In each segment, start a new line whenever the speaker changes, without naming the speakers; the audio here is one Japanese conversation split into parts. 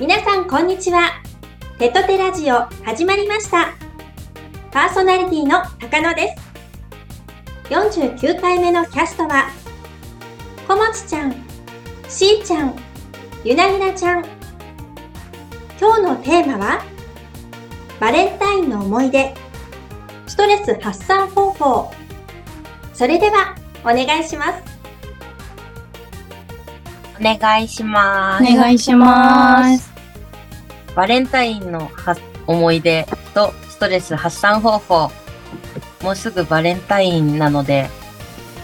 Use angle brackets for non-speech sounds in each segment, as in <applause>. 皆さんこんにちはテトテラジオ始まりましたパーソナリティの高野です49回目のキャストはこもちちゃんしーちゃんゆなゆなちゃん今日のテーマはバレンタインの思い出ストレス発散方法それではお願いします
お願いしま
お
す。
願いします。
バレンタインのは思い出とストレス発散方法。もうすぐバレンタインなので、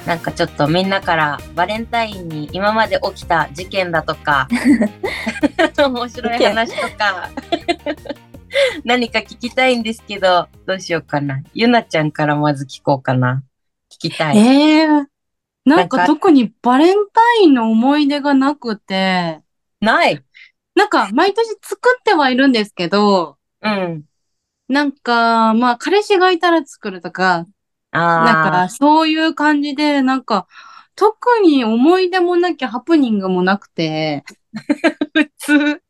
なんかちょっとみんなからバレンタインに今まで起きた事件だと
<laughs>
か、面白い話とか、何か聞きたいんですけど、どうしようかな。ゆなちゃんからまず聞こうかな。聞きたい。
ええー、なん
なんか
か特にバレンタインの思い出がなくて、
ない
なんか毎年作ってはいるんですけど、
うん。
なんか、まあ彼氏がいたら作るとか、なん
あ
かそういう感じで、なんか特に思い出もなきゃハプニングもなくて、
あ、普通。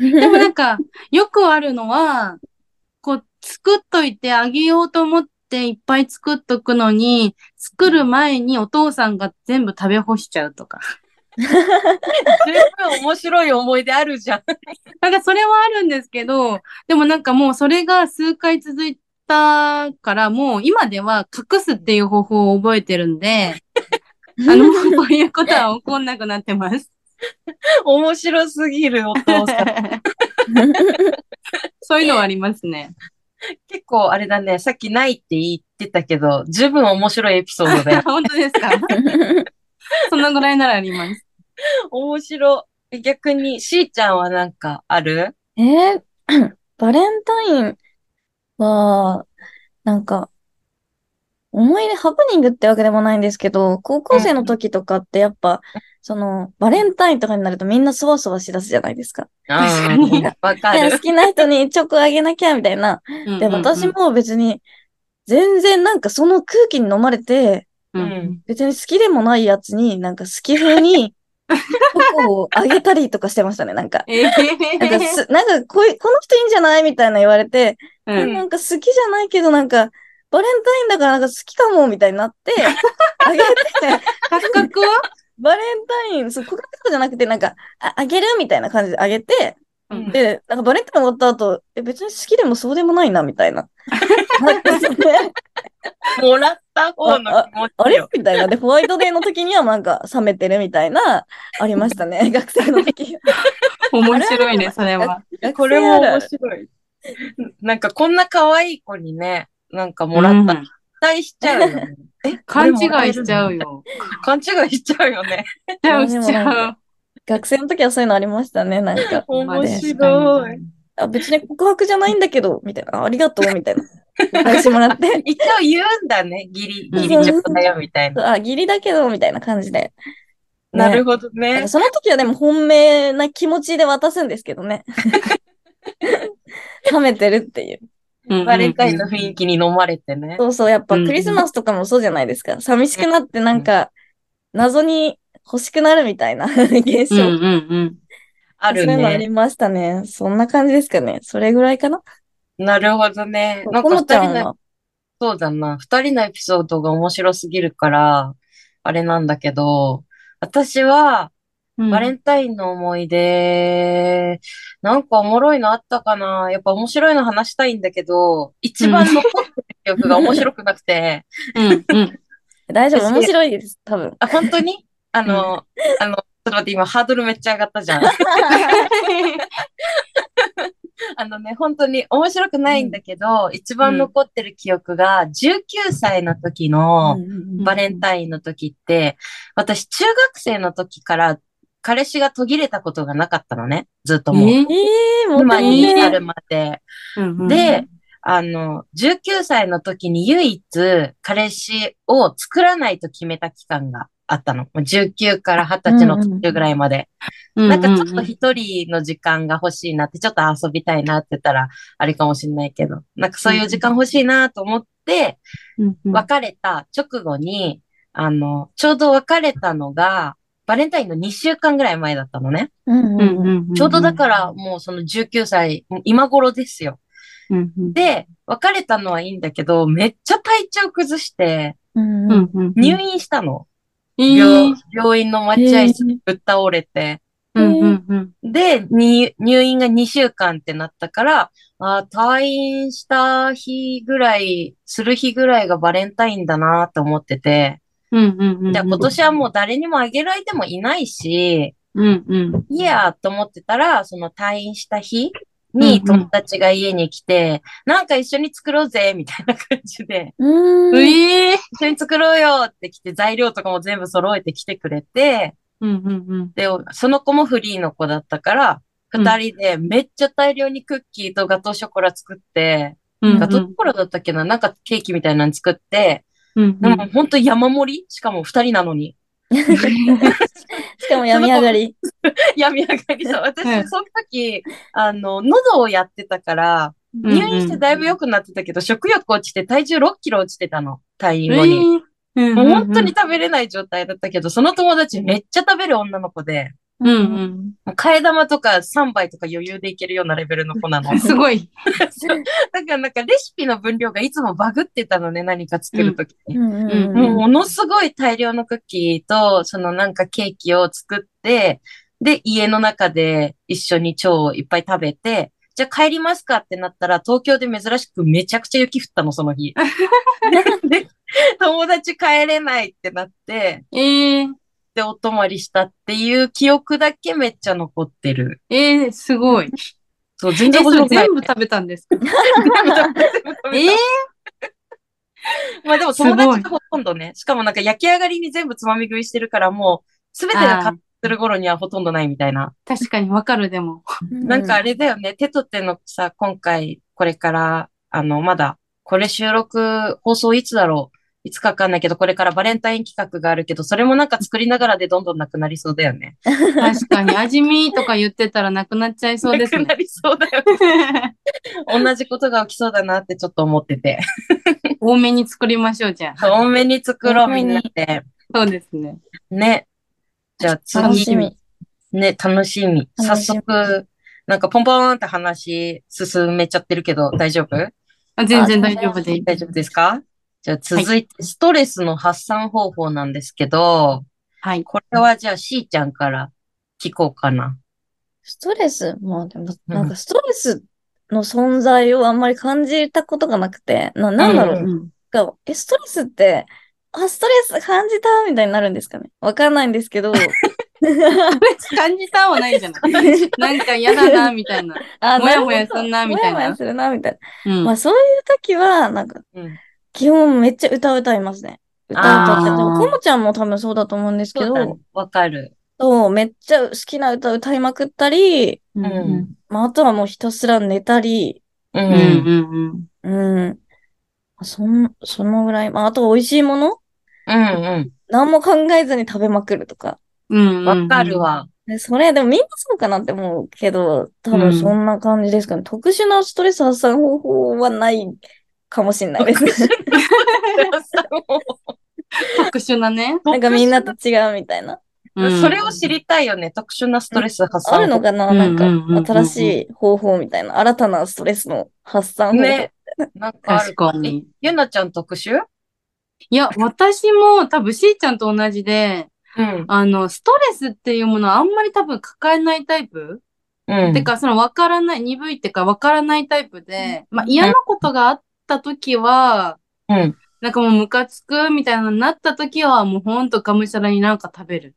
でもなん
<laughs>
かよくあるのは、こう作っといてあげようと思っていっぱい作っとくのに、作る前にお父さんが全部食べ干しちゃうとか。
十分面白い思い出あるじゃん。 <laughs>
なんかそれはあるんですけど、でもなんかもうそれが数回続いたから、もう今では隠すっていう方法を覚えてるんで、あの、もうこういうことは起こんなくなってます。
面白すぎるお父 <laughs> さん。
そういうのはありますね。
結構あれだね、さっきないって言ってたけど、十分面白いエピソードで。
本当ですかそのぐらいならあります。
<laughs> 面白い。逆に、しーちゃんはなんかある
えーバレンタインは、なんか、思い出、ハプニングってわけでもないんですけど、高校生の時とかってやっぱ、その、バレンタインとかになるとみんなそわそわしだすじゃないですか。
確かに
うんわか
で好
る。
きな人にチョコあげなきゃみたいな。
うん
で、私、も別に、全然なんかその空気に飲まれて、
うん
うん
別に好きでもないやつになんか好き
<laughs>
風に、チョコをあげたりとかしてましたね、なんか。
えー
なんかす、なんかこい、この人いいんじゃないみたいな言われて、
う
うん
ん
なんか好きじゃないけど、なんか、バレンタインだからなんか好きかも、みたいにな
<laughs>
って、あげて、
感覚は
バレンタイン、そう、告白とかじゃなくて、なんか、ああげるみたいな感じであげて、
うん
で、なんかバレンタイン終わった後、え、別に好きでもそうでもないな、みたいな。 <laughs> なってて
もらった方の気持
あ
ち
れ
よ。
みたいな。で、ホワイトデーの時にはなんか冷めてるみたいな、ありましたね。 <laughs> 学生の時。
面白いね、それは。
これも
学生あ
面
る
白い。なんかこんな可愛い子にね、なんかもらったら
うん
期待しちゃうよね。
勘違いしちゃうよ。
勘違いしちゃうよね。
しちゃう、しちゃう。
学生の時はそういうのありましたね、なんか。
面白い。
あ、別に告白じゃないんだけど、みたいな。あありがとう、みたいな。返してもらって。
一応言うんだね。ギリ、 <laughs> ギリチョコだよ、みたいな。
<laughs> あ、義理だけど、みたいな感じで。ね
なるほど
なん
ね
か。その時はでも本命な気持ちで渡すんですけ
<laughs>
どね。冷めてるっていう。
うん
バレンタインの雰囲気に飲まれてね。
そうそう、やっぱクリスマスとかもそうじゃないですか。寂しくなってなんか、謎に欲しくなるみたいな <laughs> 現
うん
象。
うんうん。
ある
そういうのあり
ね。
ましたね。そんな感じですかね。それぐらいかな。
なるほどね。なん
こ
か
の
二
ちゃん
人の、
は。
そうだな。二人のエピソードが面白すぎるから、あれなんだけど、私は、バレンタインの思い出、なんかおもろいのあったかなやっぱ面白いの話したいんだけど、一番残ってる記憶が面白くなくて、
うんうん。
大丈夫。
私
面白いです。多分。
あ、本当にあの、あの、ちょっと待って、今ハードルめっちゃ上がったじゃん。 <laughs> あのね、本当に面白くないんだけど、一番残ってる記憶が、19歳の時のバレン
イ
タインの時って、私中学生の時から彼氏が途切れたことがなかったのね。ずっともう。
え
ン。えー、も
今
う
に
えー
<laughs>
至る <laughs> まで。
うん
で、あの、19歳の時に唯一彼氏を作らないと決めた期間があったの。もう19から20歳の途中ぐらいまで。なんかちょっと一人の時間が欲しいなって、ちょっと遊びたいなって言ったら、あれかもしれないけど、なんかそういう時間欲しいなと思って、
うんうん、
別れた直後に、あの、ちょうど別れたのが、バレンタインの2週間ぐらい前だったのね。
うん
う
う
うん
んん。
うん
ちょうどだからもうその19歳、今頃ですよ。
うんうん
で、別れたのはいいんだけど、めっちゃ体調崩して、
うん
う
うん。
んうん
入院したの。
いい
病病院の待合室にぶっ倒れて。
うんうんうん
で、に入院が2週間ってなったから、あー退院した日ぐらい、する日ぐらいがバレンタインだなって思ってて、
うんうんうん
じゃあ今年はもう誰にもあげる相手もいないし、
うんうん
いいやと思ってたら、その退院した日に
うんうん
友達が家に来て、なんか一緒に作ろうぜみたいな感じで、
うん。
うえー
一緒に作ろうよって来て、材料とかも全部揃えてきてくれて、
うんうんうん
で、その子もフリーの子だったから、
うん
二人でめっちゃ大量にクッキーとガトーショコラ作って、
うんうん
ガトーショコラだったっけななんかケーキみたいなの作って、
うん
でもほんと山盛りしかも二人なのに。 <laughs>
しかも病み上がり。
病み上がりそう。私、
うん
その時、あの、喉をやってたから、
うん
入院してだいぶ良くなってたけど、食欲落ちて体重6キロ落ちてたの、退院後に。
えー
もう本当に食べれない状態だったけど、その友達めっちゃ食べる女の子で、
うんうん
もう替え玉とか3杯とか余裕でいけるようなレベルの子なの。
うんすごい
だからなんかレシピの分量がいつもバグってたのね、何か作るときに。
うんうん
う
うん
もうものすごい大量のクッキーと、そのなんかケーキを作って、で、家の中で一緒に蝶をいっぱい食べて、じゃあ帰りますかってなったら、東京で珍しくめちゃくちゃ雪降ったの、その
<laughs>
日。で、友達帰れないってなって、
えー
で、お泊まりしたっていう記憶だけめっちゃ残ってる。
えーすごい
そう、全
え
然
それ
覚えてない
全部食べたんですか
<laughs> え
え
まあでも
すごい
友達がほとんどね、しかもなんか焼き上がりに全部つまみ食いしてるからもう、すべてがカットする頃にはほとんどないみたいな。
確かにわかるでも
なんかあれだよね、手と手のさ、今回、これから、あの、まだ、これ収録、放送いつだろういつかわかんないけど、これからバレンタイン企画があるけど、それもなんか作りながらでどんどんなくなりそうだよね。
確かに味見とか言ってたらなくなっちゃいそうです
なく
ね
なりそうだよね。同じことが起きそうだなってちょっと思ってて。
多めに作りましょうじゃあ
多めに作ろう、みんなで。
そうですね
ね。じゃあ次。
楽しみ。
ね、楽しみ。早
楽しみ
速、なんかポンポンって話進めちゃってるけど、大丈夫
あ全然大丈夫です
大丈夫ですかじゃあ続いて、ストレスの発散方法なんですけど、
はい
これはじゃあしーちゃんから聞こうかな。
ストレス、まあでも、なんかストレスの存在をあんまり感じたことがなくて、な、なんだろう。
うん
がえ、ストレスって、あ、ストレス感じたみたいになるんですかねわかんないんで
<laughs>
すけど。
感じたはないんじゃない
<laughs>
なんか嫌だなみたいな
あ
もやもや
るほど
すんなみたいな
もやもやするな、みたい
うん
な。まあそういう時は、なんか、
うん。
基本めっちゃ歌歌いますね。歌歌って
あー
でも、こもちゃんも多分そうだと思うんですけ
そう
ど、
だね。わかる。
そう、めっちゃ好きな歌歌いまくったり、
うんうん
まああとはもうひたすら寝たり、
う
うん
ん。
うん
うん。そん、そのぐらい。まああと美味しいもの
うん
何も考えずに食べまくるとか。
うん
う。
うんん
わかるわ。
でそれ、でもみんなそうかなって思うけど、多分そんな感じですかね。特殊なストレス発散方法はないかもしれないですね。
<laughs>
特殊なね
なんかみんなと違うみたいな。
うん
それを知りたいよね。特殊なストレス発散
あるのかななんか
うんうんうんうんうん
新しい方法みたいな。新たなストレスの発散方法。
ね。なんかある
確かに。
ゆなちゃん特集
いや、私も多分しーちゃんと同じで、
うん。
あの、ストレスっていうものはあんまり多分抱えないタイプ、
うん。
てか、その分からない、鈍いってか分からないタイプで、まあ嫌なことがあった時は、
うん。
なんかもうムカつくみたいなのになった時は、もうほんとがむしゃらになんか食べる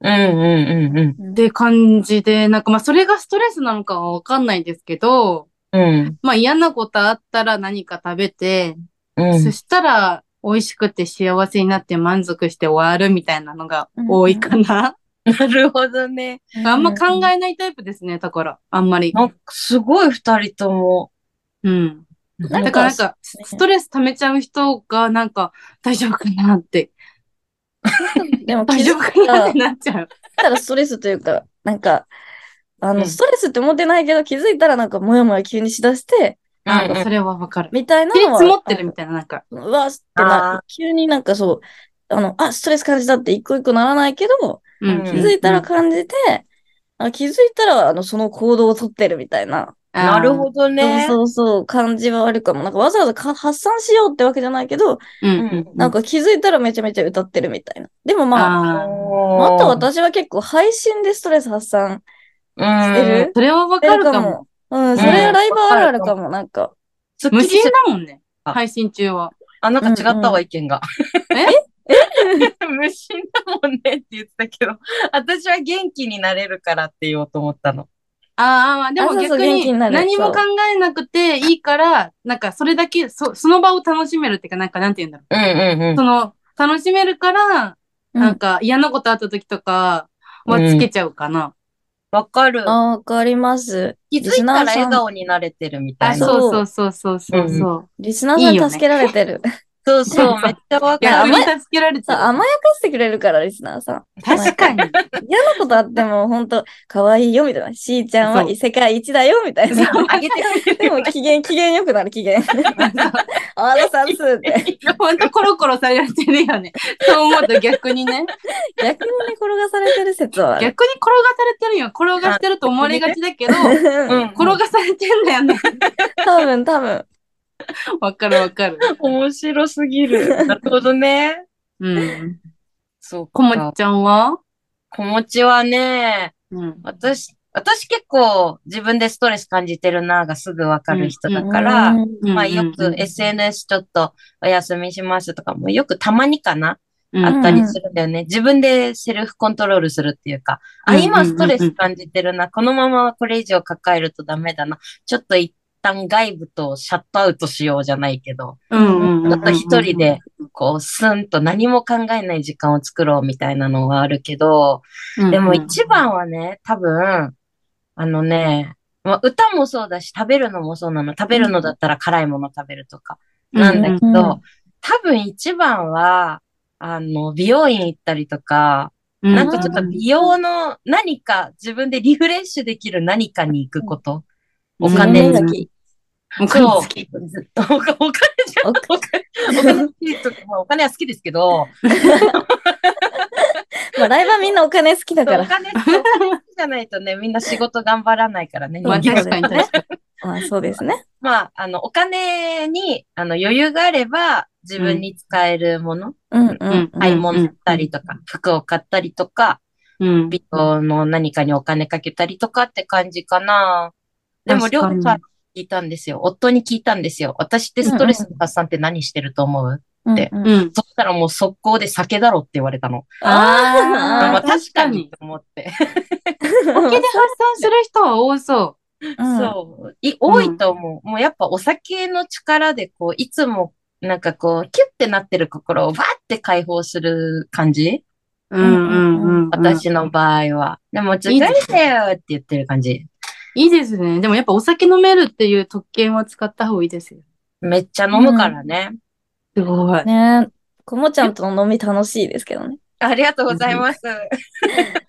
うんうんうん
って感じで、なんかまあそれがストレスなのかは分かんないですけど、
うん。
まあ嫌なことあったら何か食べて、
うん。うん
そしたら、美味しくて幸せになって満足して終わるみたいなのが多いかな。
なるほどね。
あんま考え
え
ないタイプですね、だから。あんまり。
なんかすごい二人とも。
うん。
な
だ
んか
からなんか、ストレス溜めちゃう人が、なんか、大丈夫かなって、
でも気
大丈
づ
夫かなっ
いた
てなっちゃう。
たらストレスというか、なんか、あ
う
の、
ん
ストレスって思ってないけど気づいたらなんかもやもや急にしだして、
あそれはわかる。
みたいな
切り
のは。
積もってるみたいな、なんか。
うわーってな
あ
急になんかそう、あの、あ、ストレス感じたって一個一個ならないけど、
うん
気
気づいたら
うん
感じて、あ気づいたら、あの、その行動をとってるみたいな。
なるほどね。
そうそうそう、感じはあるかも。なんかわざわざか発散しようってわけじゃないけど、
うん
う
うん
ん
なんか気づいたらめちゃめちゃ歌ってるみたいな。でもまあ、
あー
あ
あ
と私は結構配信でストレス発散して
うん
る。
それはわ
して
かる
る
か
か
も。
も。うん、それはライブあるあるかも、なんか。
すっき
無
りす
心
る。
だもんね。
あ
配信中は。
あ、なんか違ったわ、意見が。
え
<laughs> 無心だもんねって言ってたけど、私は元気になれるからって言おうと思ったの。
あーあー、で
あ
も
そうそう
逆
元気
に
になる
何も考えなくていいから、なんかそれだけ、そその場を楽しめるっていうか、なんかなんて言うんだろ
うんうんう
う。
ん
そ。の、楽しめるから、
うん
なんか嫌なことあった時とかはつけちゃうかな。
わかる。
あわかります。
気づいたら
リスナーさん
笑顔になれてるみた
あ、
いな。
そうそうそうそうそうそう。
リスナーさ
いいよ
ん
ね
助けられてる。 <laughs>
そうそう、めっちゃわ
いや、
か
逆
る。
に助けられて
そう
る。
甘やかしてくれるから、リスナーさん。
確かに。
嫌なことあっても、ほんと、可愛いよ、みたいな。しーちゃん
そ
は
う
世界一だよ、みたいな。
あげてくれ
で
る
も、機嫌、機嫌良くなる、機嫌。あらさんすって。
ほんとコロコロされてるよね。そう思うと逆にね。
逆にね、転がされてる説はある。
逆に転がされてるよ。転がしてると思われがちだけど、転
う。
うんん。
がされてんだよね。
<laughs> 多分、多分。
わかるわかる。
面白すぎる。なるほどね。
うん。
そうか。
こもっちゃんは
子持ちはね、
うん。
私、私結構自分でストレス感じてるながすぐわかる人だか
う
ら、
ん
まあよく SNS ちょっとお休みしますとかもよくたまにかな、
うん
あったりするんだよね。自分でセルフコントロールするっていうか、
う
あ、
んうんうんうん
今ストレス感じてるな、このままこれ以上抱えるとダメだな、ちょっと一旦外部とシャットアウトしようじゃないけど、
うんうんうんうん
ちょっと一人で。こうスンと何も考えない時間を作ろうみたいなのはあるけど、
うんうん
でも一番はね、多分、あのね、まあ、歌もそうだし、食べるのもそうなの。食べるのだったら辛いもの食べるとか、なんだけど、
うん
多分一番は、あの、美容院行ったりとか、なんかちょっと美容の何か、自分でリフレッシュできる何かに行くこと。お金
が
好
き。
お金好き。
そうずっと <laughs> お金お金じゃん
お
お金お金好きとか、まあお金は好きですけど、
まあ、ライブはみんなお金好きだ
そう
か
お
ら。
金お金好きじゃないとね、みんな仕事頑張らない
<laughs>
からね。
そう
まあ確かに確かに。
まあ、そうですね。
まあ、あの、お金に、あの、余裕があれば、自分に使えるもの、
うん、うん、うん。
買い物したりとか、服を買ったりとか、
うん。
美容の何かにお金かけたりとかって感じかな。でも、
確
りょう
か
さん
に
に聞いたんですよ。夫に聞いたんですよ。私ってストレスの発散って何してると思う、
うん
で
うん
うん。
そしたらもう速攻で酒だろって言われたの。
あー
ま
ああ、
あ
確かに。
と思って。
お金で発散する人は多そう。
そう。い、多いと思う。もうやっぱお酒の力で、こう、いつも、なんかこう、キュッてなってる心をバーって解放する感じ
うんうんうん。
私の場合は。でも、疲れたよって言ってる感じ。
いいですね。でもやっぱお酒飲めるっていう特権は使った方がいいですよ。
めっちゃ飲むからね。
すごい。
ねえ、こもちゃんとの飲み楽しいですけどね。 <laughs>
ありがとうございます。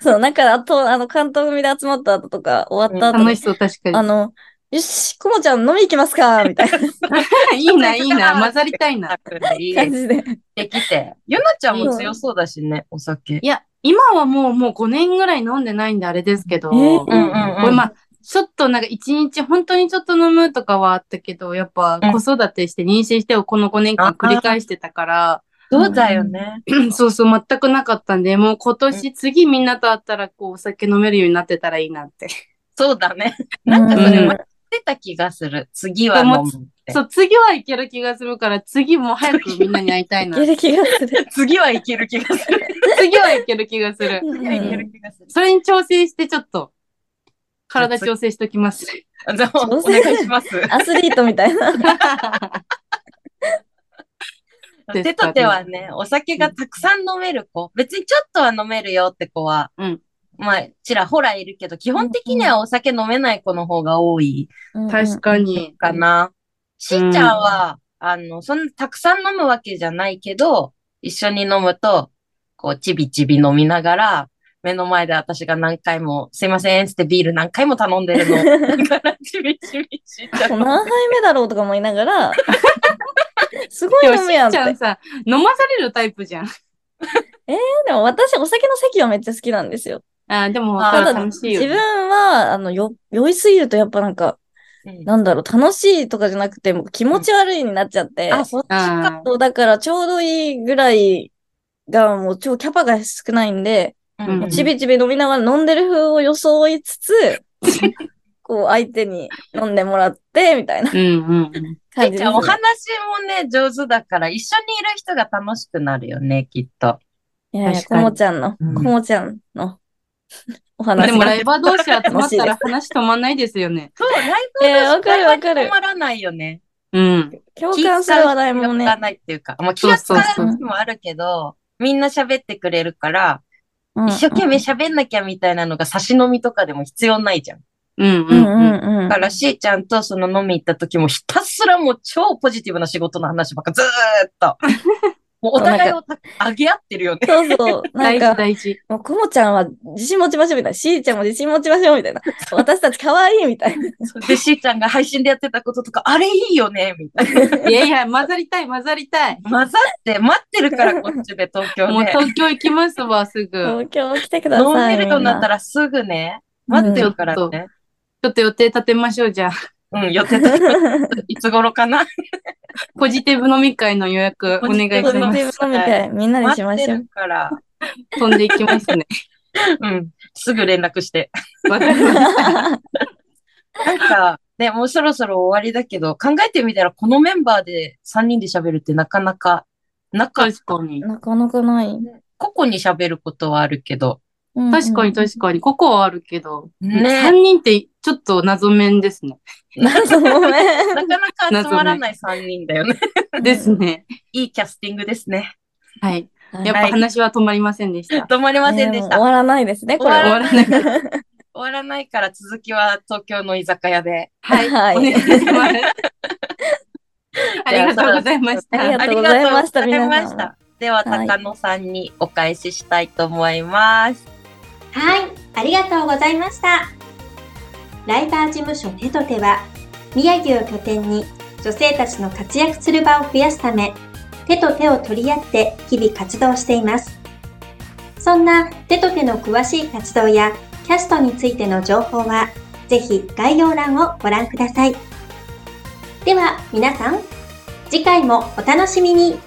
そう、なんか、あと、あの、関東組で集まった後とか、終わった後
楽
に
しそう、確かに
あ。の、よし、こもちゃん飲み行きますかみたい
<laughs> いいな、いいな、混ざりたい <laughs> な。
<laughs> いい
な
で
感じで。
できて。ゆなちゃんも強そうだしね、お酒。
いや、今はもう、もう5年ぐらい飲んでないんであれですけど、
えー
こ
うんうんうん
れまあ、ちょっとなんか一日本当にちょっと飲むとかはあったけど、やっぱ
うん
子育てして妊娠してをこの5年間繰り返してたから、
そうだよね。
そうそう全くなかったんで、もう今年次みんなと会ったらこうお酒飲めるようになってたらいいなって。
そうだね。なんかそれ
うん
間違ってた気がする。次は飲むって。
そう、次はいける気がするから、次も早くみんなに会いたい
い
な。
ける気がする。
次はいける気がする。
次はいける気がする。
次はいける気がする。
それに調整してちょっと、体調整しときます。
じゃあ、
そう
お願いします。
アスリートみたいな。
ですかね
手と手はね、お酒がたくさん飲める子、別にちょっとは飲めるよって子は、
うん
まあ、ちらほらいるけど、基本的にはお酒飲めない子の方が多い
確かに。
かな。しーちゃんは、あの、そんなたくさん飲むわけじゃないけど、一緒に飲むと、こう、ちびちび飲みながら、目の前で私が何回も、すいませんっつってビール何回も頼んでるの。
<laughs>
だから、ちびちびしーちゃん
もう
の。
何杯目だろうとか思
<laughs>
いながら、すごい
でも
飲む
し
やん
ー
って
ち。ゃんさ、飲まされるタイプじゃん。
でも私、お酒の席はめっちゃ好きなんですよ。
あーでも、
あー
わかる楽しいよ
自
ね。
分は、あの、よ、酔いすぎるとやっぱなんか、
うん
なんだろう、楽しいとかじゃなくて、もう気持ち悪いになっちゃって。
あ、そっちか。
あー
そう、だからちょうどいいぐらいが、もう超キャパが少ないんで、
うん
うん
もうちびちび飲みながら飲んでる風を装いつつ、
<laughs>
こう相手に飲んでもらって、みた
<laughs>
いな
うんうん。
感
て
じで
っ
す
ち
ね
ゃんお話もね、上手だから、一緒にいる人が楽しくなるよね、きっと。
いやいや、
確か
こ
に
もちゃんの、こ
うん
もちゃんのお話
でも、
が
ライバー同士集まったら話止まんないですよね。
そう、ライ
えーわかるわ
<laughs>
かる
困らないよね。
うん。
共感する話題も
気がつか
ね。
ないっていうか、まあ、気がつかない
そうそう
時もあるけど、みんな喋ってくれるから、
うん
一生懸命喋んなきゃみたいなのが差し飲みとかでも必要ないじゃん。
うんうん
う
んうん。
うんうん
だから、しーちゃんとその飲み行った時もひたすらもう超ポジティブな仕事の話ばっかずーっと。もうお互いをた上げ合ってるよね。
そうそう。なん
大事
か、
大事。
もう、こもちゃんは自信持ちましょうみたいな。しーちゃんも自信持ちましょうみたいな。私たち可愛いみたいな。
で、しーちゃんが配信でやってたこととか、あれいいよねみたいな。
いやいや、混ざりたい、混ざりたい。
混ざって待ってる
<laughs>
から、こっちで東京
もう
で。
東京行きますわ、すぐ。
東京来てくだ
飲
さい。
めるようになった
ら。
らすぐね、待ってるから
うん
ね。
ちょっと予定立てましょう、じゃあ。
うん、予定
<laughs>
立ていつ頃かな
ポジティブ飲み会の予約お願いし
ポジテ
ます。
ィブ飲みたい。みんなに
待
し
っ
ましてょう
る。から、
飛んでいきますね。
うん、すぐ連絡して。
わかりました。
なんか、ね、もうそろそろ終わりだけど、考えてみたらこのメンバーで3人で喋るってなかなか、なか、
確かに。
なかなかない。
個々に喋ることはあるけど、
うんうん
確かに確かに。ここはあるけど。
ね
3人ってちょっと謎面ですね。
<laughs> なんかごめ
なか
ん。
なか集まらない3人だよね。
<laughs>
ですね。
いいキャスティングですね。
はい。
はい
やっぱ話は止まりませんでした。
止まりませんでし
ねもう終
た。
わらないですね、これは
終
終
わら
わら
な
ないい。
終わらないから続きは東京の居酒屋で。
はい。
はい
お願いします。ありがとうございました。
ありがとうございました
ありがとうございまし
皆さ
た。では、
はい
高野さんにお返ししたいと思います。
はい、ありがとうございました。ライバー事務所手と手は、宮城を拠点に女性たちの活躍する場を増やすため、手と手を取り合って日々活動しています。そんな手と手の詳しい活動やキャストについての情報は、ぜひ概要欄をご覧ください。では皆さん、次回もお楽しみに